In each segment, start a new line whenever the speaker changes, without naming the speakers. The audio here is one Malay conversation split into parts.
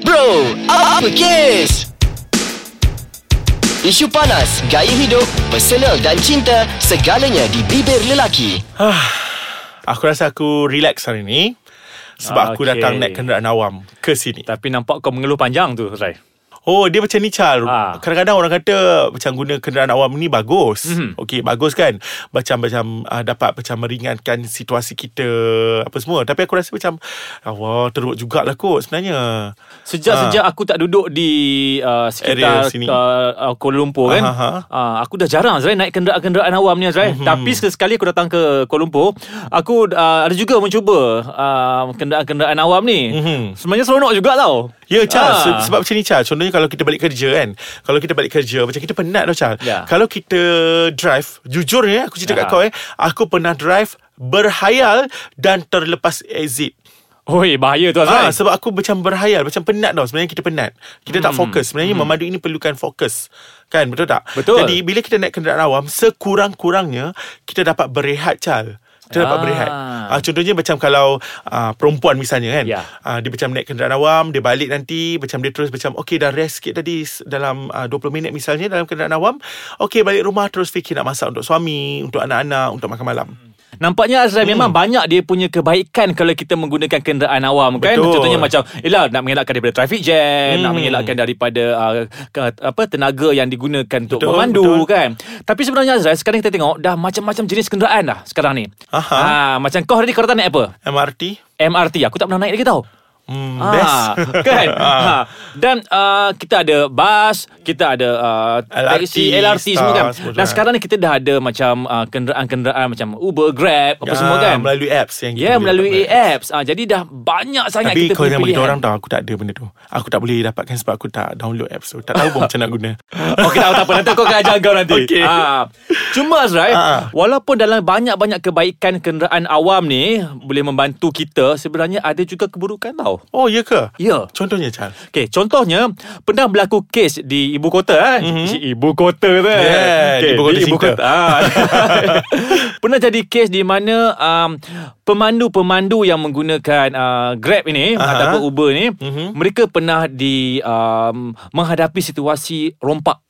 Bro, apa kes? Isu panas, gaya hidup, personal dan cinta, segalanya di bibir lelaki.
Aku rasa aku relax hari ni Sebab okay. aku
Okay.
datang naik kenderaan awam Ke sini
Tapi nampak kau mengeluh panjang tu Rai
Oh dia macam ni Chal
Ah.
Kadang-kadang orang kata Macam guna kenderaan awam ni bagus
Mhm.
mm-hmm. Okay bagus kan Macam macam uh, dapat macam meringankan situasi kita Apa semua Tapi aku rasa macam Wah teruk jugalah kot sebenarnya
Sejak-sejak aku tak duduk di uh,
Ah. Area
sekitar
sini.
uh, uh, Kuala Lumpur kan
Aha. Mhm.
uh, Aku dah jarang Zrai naik kenderaan-kenderaan awam ni Zrai mm-hmm. Tapi sekali-sekali aku datang ke Kuala Lumpur Aku uh, ada juga mencuba uh, kenderaan-kenderaan awam ni mm-hmm. Sebenarnya seronok juga tau
Mhm. Ya Chal
Ah.
ha. Sebab macam ni Chal Contohnya kalau kita balik kerja kan Kalau kita balik kerja Macam kita penat tau Chal
Ya.
Kalau kita drive Jujur ya Aku cerita ha. kat
Ya.
kau eh Aku pernah drive Berhayal Dan terlepas exit
Oi bahaya tu
Ah,
Zrai
sebab aku macam berhayal Macam penat tau Sebenarnya kita penat Kita hmm. tak fokus Sebenarnya hmm. memandu ini perlukan fokus Kan betul tak?
Betul.
Jadi bila kita naik kenderaan awam Sekurang-kurangnya Kita dapat berehat Chal kita dapat
Ah.
berehat ah, Contohnya macam kalau ah, Perempuan misalnya kan
Ya.
ah, Dia macam naik kenderaan awam Dia balik nanti Macam dia terus macam Okay dah rest sikit tadi s- Dalam ah, 20 minit misalnya Dalam kenderaan awam Okay balik rumah Terus fikir nak masak untuk suami Untuk anak-anak Untuk makan malam
Nampaknya Azrai hmm. memang banyak dia punya kebaikan kalau kita menggunakan kenderaan awam kan.
Betul.
Contohnya macam ialah nak mengelakkan daripada traffic jam, hmm. nak mengelakkan daripada uh, ke, apa tenaga yang digunakan untuk
Betul, betul.
memandu kan. Tapi sebenarnya Azrai sekarang kita tengok dah macam-macam jenis kenderaan dah sekarang ni.
Aha.
Ha, macam kau tadi kau datang naik apa?
MRT
MRT. Aku tak pernah naik lagi tau.
hmm,
Ah,
Best Ah.
kan ha. Dan uh, kita ada bas Kita ada uh,
LRT,
Taxi LRT semua kan
Star, semua tu
Dan
kan.
sekarang ni kita dah ada Macam uh, kenderaan-kenderaan Macam Uber, Grab Apa semua
Ah,
kan
Melalui apps yang
Ya yeah,
kita boleh
melalui
dapat.
apps ah, Jadi dah banyak sangat
Tapi
kita kan?
kau
punya
jangan beritahu
pilihan
orang tau Aku tak ada benda tu Aku tak boleh dapatkan Sebab aku tak download apps tu Tak tahu pun macam nak guna
Okey tak, apa, tak apa Nanti aku akan ajar kau nanti
Okey.
ha. Cuma Azrai
Ha, ha.
Walaupun dalam banyak-banyak kebaikan Kenderaan awam ni Boleh membantu kita Sebenarnya ada juga keburukan tau
Oh ya ke?
Ya
Contohnya Chal
Okey, contohnya pernah berlaku kes di ibu kota eh. Mm-hmm. Ibu kota tu.
Mhm.
eh.
Yeah,
Okey,
ibu kota
di ibu
cinta.
kota. Ah. pernah jadi kes di mana um, pemandu-pemandu yang menggunakan uh, Grab ini uh-huh. ataupun Uber ni, mm-hmm.
Mhm.
mereka pernah di um, menghadapi situasi rompak.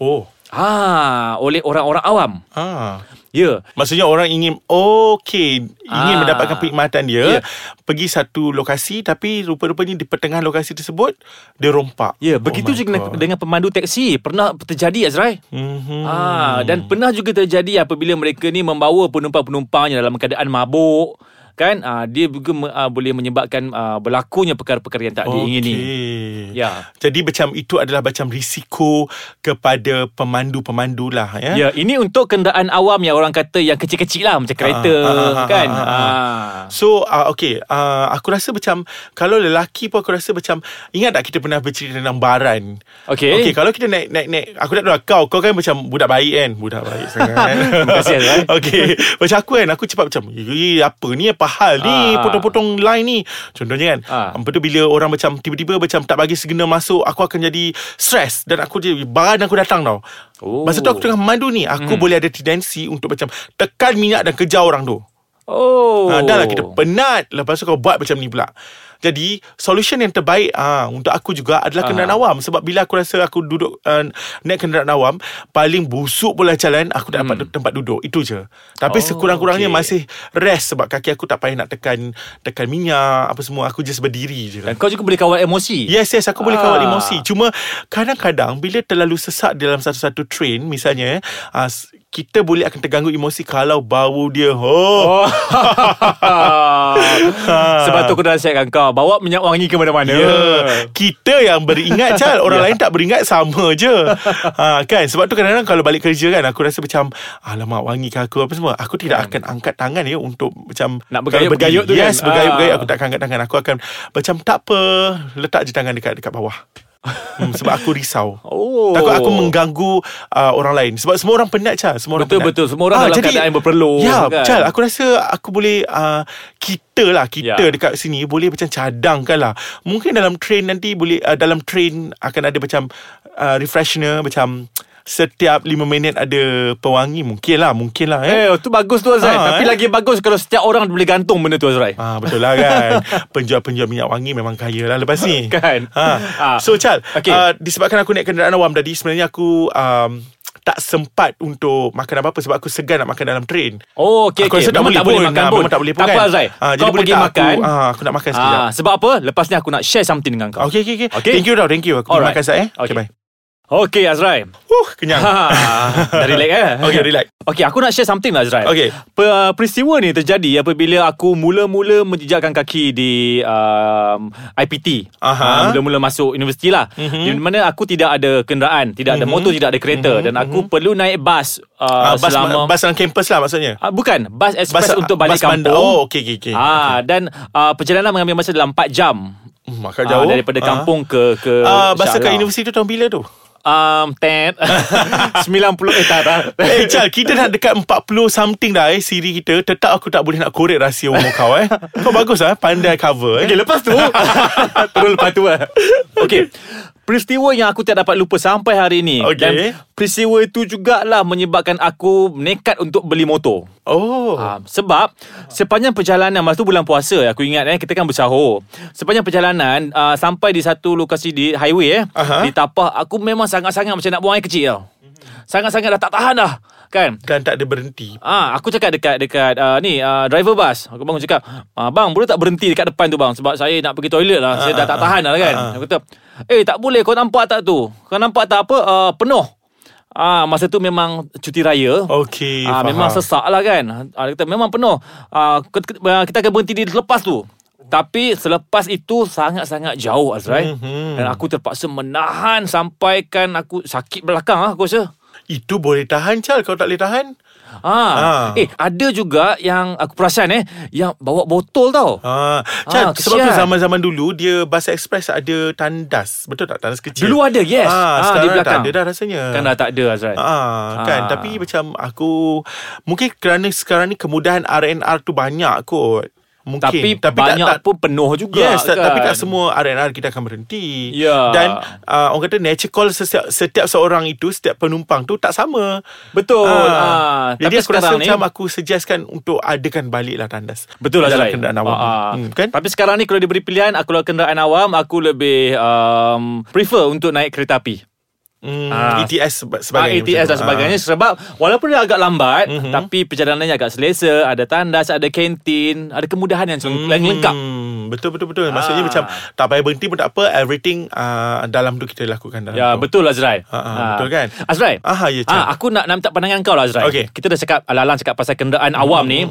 Oh
Ah, oleh orang-orang awam.
Ah.
Ya. Yeah.
Maksudnya orang ingin Okay Ingin
Ah.
mendapatkan perkhidmatan
Ya.
dia Pergi satu lokasi Tapi rupa-rupanya Di pertengahan lokasi tersebut Dia rompak Oh
Ya, yeah, begitu juga dengan, dengan pemandu teksi. Pernah terjadi Azrai?
mm-hmm.
Ah, dan pernah juga terjadi apabila mereka ni membawa penumpang-penumpangnya dalam keadaan mabuk kan ah, dia juga me- ah, boleh menyebabkan ah, berlakunya perkara-perkara yang tak diingini.
eh?
Ya.
Jadi macam itu adalah macam risiko kepada pemandu-pemandu lah ya.
Ya, ini untuk kenderaan awam yang orang kata yang kecil-kecil lah macam kereta
ah, ah, ah,
kan.
ah,
Ah,
ah, So uh, okay uh, Aku rasa macam Kalau lelaki pun aku rasa macam Ingat tak kita pernah bercerita tentang baran
Okey.
Okay kalau kita naik naik naik Aku tak tahu lah kau Kau kan macam budak baik kan Budak baik sangat kan
Terima kasih, Azrai.
Okay Macam aku kan Aku cepat macam "Ye, Apa ni apa hal ni
Ah.
Potong-potong line ni Contohnya kan
Ah.
Lepas tu bila orang macam Tiba-tiba macam tak bagi segena masuk Aku akan jadi stress Dan aku jadi Baran aku datang tau
Oh. Hmm.
Masa tu aku tengah mandu ni Aku boleh ada tendensi Untuk macam Tekan minyak dan kejar orang tu
Oh.
Ha, dah lah kita penat Lepas tu kau buat macam ni pula Jadi Solution yang terbaik ha, Untuk aku juga Adalah kenderaan
Ah.
awam Sebab bila aku rasa Aku duduk uh, Naik kenderaan awam Paling busuk pula jalan Aku tak dapat tempat duduk Itu je Tapi
Hmm. Oh,
oh, sekurang-kurangnya
okey.
Masih rest Sebab kaki aku tak payah nak tekan Tekan minyak Apa semua Aku just berdiri je
Dan kau juga boleh kawal emosi.
Yes yes aku boleh kawal
Ah.
emosi Cuma kadang-kadang bila terlalu sesak dalam satu-satu train misalnya uh, kita boleh akan terganggu emosi kalau bau dia. Oh.
Oh. Sebab tu aku dah nasihatkan kau bawa minyak wangi ke mana-mana.
Ya, kita yang beringat Chal Orang
Ya.
lain tak beringat sama je ha, Kan Sebab tu kadang-kadang Kalau balik kerja kan Aku rasa macam Alamak wangi ke aku Apa semua Aku tidak akan angkat tangan ya Untuk macam
Kan. Nak
kalau
bergayut-bergayut
berdiri.
tu kan?
Yes bergayut-bergayut
Ah.
Aku tak akan angkat tangan Aku akan Macam tak apa Letak je tangan dekat dekat bawah hmm, Sebab aku risau
Oh.
Takut aku mengganggu uh, orang lain Sebab semua orang penat Chal Semua orang
Betul,
penat. Ah,
betul. Semua orang dalam keadaan berpeluh,
Ya
kan?
kan? Chal Aku rasa aku boleh uh, Kita lah Kita
Ya.
dekat sini Boleh macam cadangkan lah Mungkin dalam train nanti boleh uh, Dalam train akan ada macam uh, Refreshener Macam setiap 5 minit ada pewangi mungkin lah mungkin lah eh.
Eh, tu bagus tu Azrai.
Ah, eh.
Tapi lagi bagus kalau setiap orang boleh gantung benda tu Azrai.
Ah betul lah kan. Penjual-penjual minyak wangi memang kaya lah lepas ni.
Kan. Ah.
Ha. So Chal,
Okey.
okay. uh, disebabkan aku naik kenderaan awam tadi sebenarnya aku um, tak sempat untuk makan apa-apa sebab aku segan nak makan dalam train.
Oh, okey
Aku rasa
okey.
tak
Memang
boleh
tak boleh
pun.
makan
Ah,
pun.
memang tak boleh pun
Tak
kan.
apa Azrai.
Ah, jadi
Kau
boleh
pergi
tak aku-
makan.
ah, aku nak makan sekejap.
Ah, sebab apa? Lepas ni aku nak share something dengan kau.
Ah, Okay, okay, okay.
Okey.
Thank you tau, thank you. Aku pergi
Alright.
makan sekejap eh. Okay,
Okey.
okay bye.
Okey Azrai. Ha,
Huh, kenyang.
Dah relax eh?
Okay, relax.
Okey, aku nak share something lah Azrai.
Okey.
Pe, uh, peristiwa ni terjadi apabila aku mula-mula menjejakkan kaki di um, IPT.
Aha. Mhm.
Uh, mula-mula masuk universiti lah. Mm-hmm. Di mana aku tidak ada kenderaan, tidak mm-hmm. ada motor, tidak ada kereta mm-hmm. dan aku mm-hmm. perlu naik bas uh,
Mhm. Ah,
uh,
bas,
selama
bas dalam kampus lah maksudnya.
Ah, bukan, bas ekspres untuk balik
bas bandar.
kampung.
Oh, okay, okay, okay.
Ah, dan uh, perjalanan mengambil masa dalam 4 jam.
Hmm, Makan
Ah,
jauh.
daripada
Ah.
kampung ke ke
Ah, Bahasa kat
Shah Alam.
universiti tu tahun bila tu?
um ten 90 eh tak tak
Eh Chal Kita dah dekat 40 something dah eh Siri kita Tetap aku tak boleh nak korek rahsia umur kau eh Kau bagus lah Pandai cover eh
Okay lepas tu Terus lepas tu lah Okay Peristiwa yang aku tak dapat lupa sampai hari ni
Okey.
Dan peristiwa itu jugalah menyebabkan aku nekat untuk beli motor
Oh
Ah, sebab sepanjang perjalanan masa tu bulan puasa aku ingat eh kita kan bersahur. Sepanjang perjalanan uh, sampai di satu lokasi di highway eh
Aha.
di tapah aku memang sangat-sangat macam nak buang air kecil tau. Sangat-sangat dah tak tahan dah kan.
Dan tak ada berhenti
Ah, aku cakap dekat dekat uh, ni uh, driver bus. Aku bangun cakap, "Ah bang, boleh tak berhenti dekat depan tu bang sebab saya nak pergi toilet lah. Saya dah tak tahan dah kan." Aku kata, "Eh, tak boleh. Kau nampak tak tu? Kau nampak tak apa uh, penuh." Ah, masa tu memang cuti raya.
Oh, Okay
Ah,
faham.
memang sesak lah kan. Ah, dia kata memang penuh. Ah, ke- ke- ah, kita akan berhenti di lepas tu. Tapi selepas itu sangat-sangat jauh Azrai.
Mhm.
Mm-hmm. Dan aku terpaksa menahan sampaikan aku sakit belakang lah aku rasa.
Itu boleh tahan Chal Kau tak boleh tahan
Ah.
Ah.
Eh, ada juga yang aku perasan eh yang bawa botol tau.
Ah, Chal,
Ah,
sebab tu
kesian.
zaman-zaman dulu dia Bahasa Express ada tandas. Betul tak? Tandas kecil.
Dulu ada, yes.
Ah,
Ah, di
sekarang
belakang.
tak ada dah rasanya.
Kan dah tak ada Azrai.
Ah, kan
Ah.
tapi macam aku mungkin kerana sekarang ni kemudahan RNR tu banyak kot. Mungkin
Tapi, tapi banyak tak,
tak, tak,
pun penuh juga
Yes,
kan.
ta- tapi tak semua RNR kita akan berhenti.
Ya.
Dan uh, orang kata nature call setiap, setiap seorang itu, setiap penumpang tu tak sama.
Betul. Ah,
Jadi
tapi
aku rasa
sekarang ni-
macam aku suggestkan untuk adakan balik lah tandas.
Betul lah
Dalam
Azrai
kenderaan awam.
Ah, ah.
Hmm, kan?
Tapi sekarang ni Kalau diberi pilihan Aku dalam kenderaan awam Aku lebih um, Prefer untuk naik kereta api
Hmm,
Ah.
ETS seba-
Ah,
sebagainya. macam
ATS
tu.
dan sebagainya Sebab Walaupun dia agak lambat
Mhm.
mm-hmm. Tapi perjalanannya agak selesa Ada tandas Ada kantin Ada kemudahan yang, sel- yang lengkap
Ah. Hmm, betul betul betul. Maksudnya
Ah.
macam tak payah berhenti pun tak apa. Everything uh, dalam tu kita lakukan dalam
Ya
tu.
betul Azrai
Ha, ha, betul kan?
Azrai
Aha, ya, Chan.
ha, Aku nak, nak minta pandangan kau lah Azrai
Okey. Hmm,
Kita dah cakap Alang-alang cakap pasal kenderaan awam ni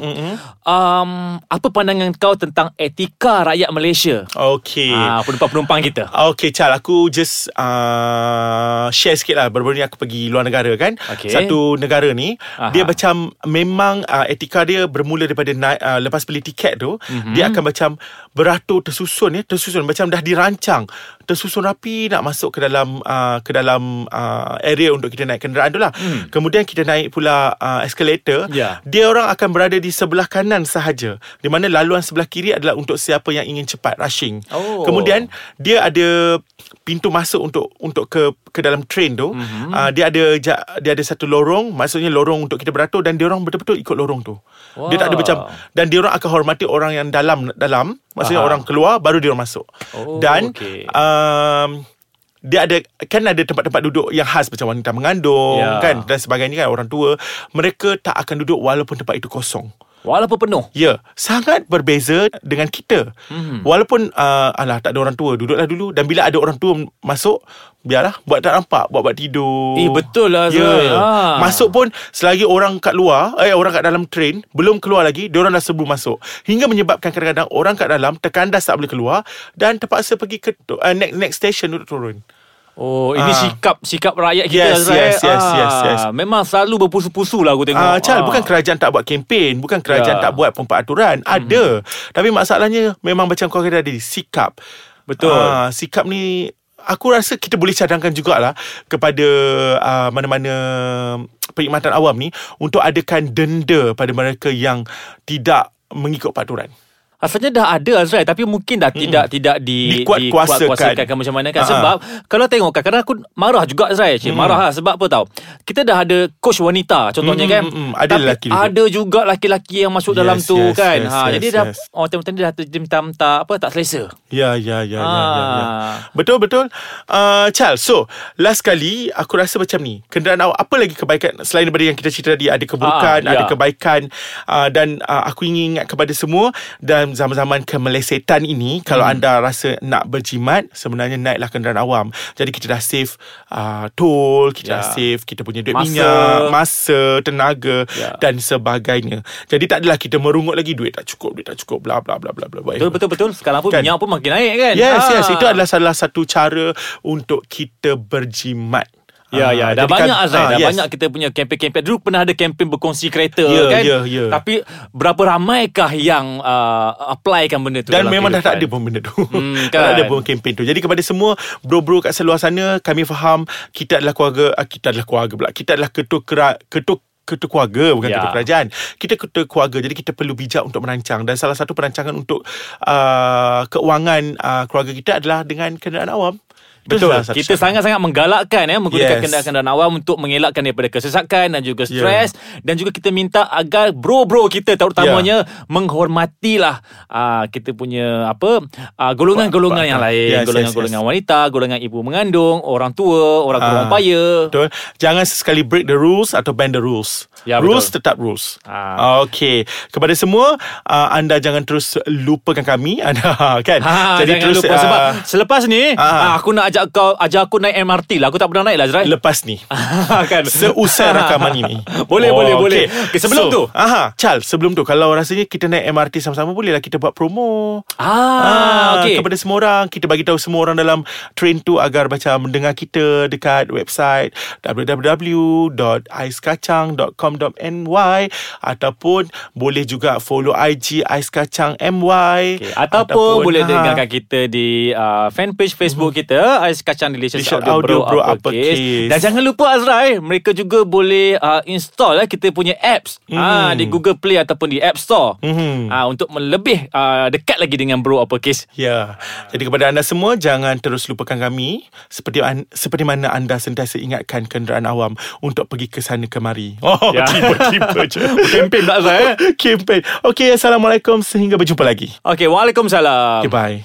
um, Apa pandangan kau Tentang etika rakyat Malaysia
Okay.
Ah, Penumpang-penumpang kita
Okay Chal Aku just uh, Share sikit lah Baru-baru ni aku pergi Luar negara kan
Okey.
Satu negara ni
Aha.
Aha. Dia macam Memang uh, etika dia Bermula daripada na- uh, Lepas beli tiket tu
Mhm.
mm-hmm. Dia akan macam Beratur tersusun ya Tersusun Macam dah dirancang Tersusun rapi Nak masuk ke dalam uh, Ke dalam uh, Area untuk kita naik kenderaan tu lah mm. Kemudian kita naik pula uh, Escalator
Hmm. Ya.
Dia orang akan berada di sebelah kanan sahaja Di mana laluan sebelah kiri adalah Untuk siapa yang ingin cepat Rushing
Oh.
Kemudian dia ada pintu masuk untuk untuk ke ke dalam train tu
Mhm.
mm-hmm. uh, dia ada ja- dia ada satu lorong maksudnya lorong untuk kita beratur dan dia orang betul-betul ikut lorong tu wow. dia tak ada
Wow.
macam dan dia orang akan hormati orang yang dalam dalam maksudnya
Faham.
orang keluar baru dia orang masuk
Oh,
dan
okey.
um, dia ada kan ada tempat-tempat duduk yang khas macam wanita mengandung
Ya.
kan dan sebagainya kan orang tua mereka tak akan duduk walaupun tempat itu kosong
Walaupun penuh
Ya, sangat berbeza dengan kita.
Mhm.
Mm-hmm. Walaupun uh, alah tak ada orang tua, duduklah dulu dan bila ada orang tua masuk, biarlah buat tak nampak, buat buat tidur.
Eh, betul lah,
Ya.
Zul.
Yeah.
Ah.
Masuk pun selagi orang kat luar, eh orang kat dalam train belum keluar lagi, dia orang dah sebelum masuk. Hingga menyebabkan kadang-kadang orang kat dalam terkandas tak boleh keluar dan terpaksa pergi ke tu- uh, next next station untuk turun.
Oh, ini
Ah.
sikap sikap rakyat kita
Yes,
Azrai.
yes, yes,
Ah,
yes, yes.
Memang selalu berpusu-pusu lah aku tengok.
Ah, Chal, bukan kerajaan tak buat kempen, bukan kerajaan
Ya. Hmm.
tak buat pemperaturan, ada. Tapi masalahnya memang macam kau kata tadi, sikap.
Betul.
Ah, sikap ni aku rasa kita boleh cadangkan jugalah kepada ah, mana-mana perkhidmatan awam ni untuk adakan denda pada mereka yang tidak mengikut peraturan.
asalnya dah ada Azrai tapi mungkin dah tidak tidak
Hmm.
di
Dikuat-kuasakan. Ha.
dikuat-kuasakan macam mana kan
Ha-ha.
sebab kalau tengok kan kadang aku marah juga Azrai
Hmm.
Cik, marah lah sebab apa tau kita dah ada coach wanita contohnya
Mm,
kan
mm, mm. Ada
tapi
lelaki juga.
ada juga laki-laki yang masuk
Yes,
dalam tu
yes,
kan
yes,
ha
yes,
jadi dah
yes.
orang macam tadi dah tu- dia macam tak apa tak selesa
Ya, ya, ya, ya, ya, ya.
Ah.
Betul, betul. Uh, Charles, so last kali aku rasa macam ni. Kenderaan awak apa lagi kebaikan selain daripada yang kita cerita tadi ada keburukan,
Ah,
ada
ya.
kebaikan uh, dan uh, aku ingin ingat kepada semua dalam zaman-zaman kemelesetan ini kalau
Hmm.
anda rasa nak berjimat sebenarnya naiklah kenderaan awam. Jadi kita dah save uh, tol, kita
Ya.
dah save kita punya duit
Masa.
minyak, masa, tenaga
Ya.
dan sebagainya. Jadi tak adalah kita merungut lagi duit tak cukup, duit tak cukup bla bla bla bla bla.
betul betul betul sekarang pun
Kan.
minyak pun makin naik kan
Yes,
Ah.
yes. Itu adalah salah satu cara untuk kita berjimat. Ah,
Ya ya dah
jadikan-
banyak Azrai
ah,
dah banyak kita punya kempen-kempen dulu pernah ada kempen berkongsi kereta
Ya,
kan
ya, ya.
tapi berapa ramaikah yang uh, applykan benda tu
Dan
dalam
memang dah tak ada pun
kehidupan?
benda tu
Hmm,
Tak
kan.
ada pun kempen tu Jadi kepada semua Bro-bro kat seluar sana Kami faham Kita adalah keluarga ah, Kita adalah keluarga pula Kita adalah ketua kera, ketua ketua keluarga bukan
Ya.
ketua kerajaan kita ketua keluarga jadi kita perlu bijak untuk merancang dan salah satu perancangan untuk uh, keuangan uh, keluarga kita adalah dengan kenderaan awam Itu
Betul.
salah satu
Kita
cara.
sangat-sangat menggalakkan ya menggunakan
Yes. Ya.
kenderaan-kenderaan awam untuk mengelakkan daripada kesesakan dan juga stres dan juga kita minta agar bro-bro kita
Ya.
terutamanya menghormatilah uh, kita punya apa ah,
Ba-
golongan-golongan
ba-
yang lain,
Yes, yes,
golongan-golongan
yes.
wanita, golongan ibu mengandung, orang tua, orang kurang
Ah,
upaya.
Betul. Jangan sesekali break the rules atau bend the rules.
Ya,
rules
betul.
tetap rules.
Ah.
Okay. Kepada semua, uh, anda jangan terus lupakan kami. Anda kan.
Ha, Jadi jangan terus, lupa
ah,
sebab selepas ni
Ah.
ah, aku nak ajak kau ajak aku naik MRT lah. Aku tak pernah naik lah Azrai.
lepas ni.
kan.
Seusai rakaman ini
Boleh, boleh, boleh.
okay,
Okay, sebelum
so,
tu.
aha, Charles sebelum tu Kalau rasanya kita naik MRT sama-sama Bolehlah kita buat promo
Ah, okey.
Kepada semua orang Kita bagi tahu semua orang dalam Train tu agar macam Mendengar kita Dekat website www.aiskacang.com.ny Ataupun Boleh juga follow IG Aiskacang MY
Okay. Ataupun boleh ha. dengarkan kita di uh, fanpage Facebook kita Ais Kacang Delicious
Delicious
Audio, Audio Bro, Bro Uppercase.
Uppercase.
Dan jangan lupa Azrai Mereka juga boleh uh, install eh, kita punya apps mm. ah, Di Google Play ataupun di App Store
Mhm.
mm. ah, Untuk lebih uh, dekat lagi dengan Bro Uppercase
Ya. Jadi kepada anda semua jangan terus lupakan kami seperti an, seperti mana anda sentiasa ingatkan kenderaan awam untuk pergi ke sana kemari. Oh,
Ya.
tiba-tiba je.
Kempen pula Azrai eh?
Campaign. Okey, assalamualaikum sehingga berjumpa lagi.
Okay, Waalaikumsalam
Okay, bye.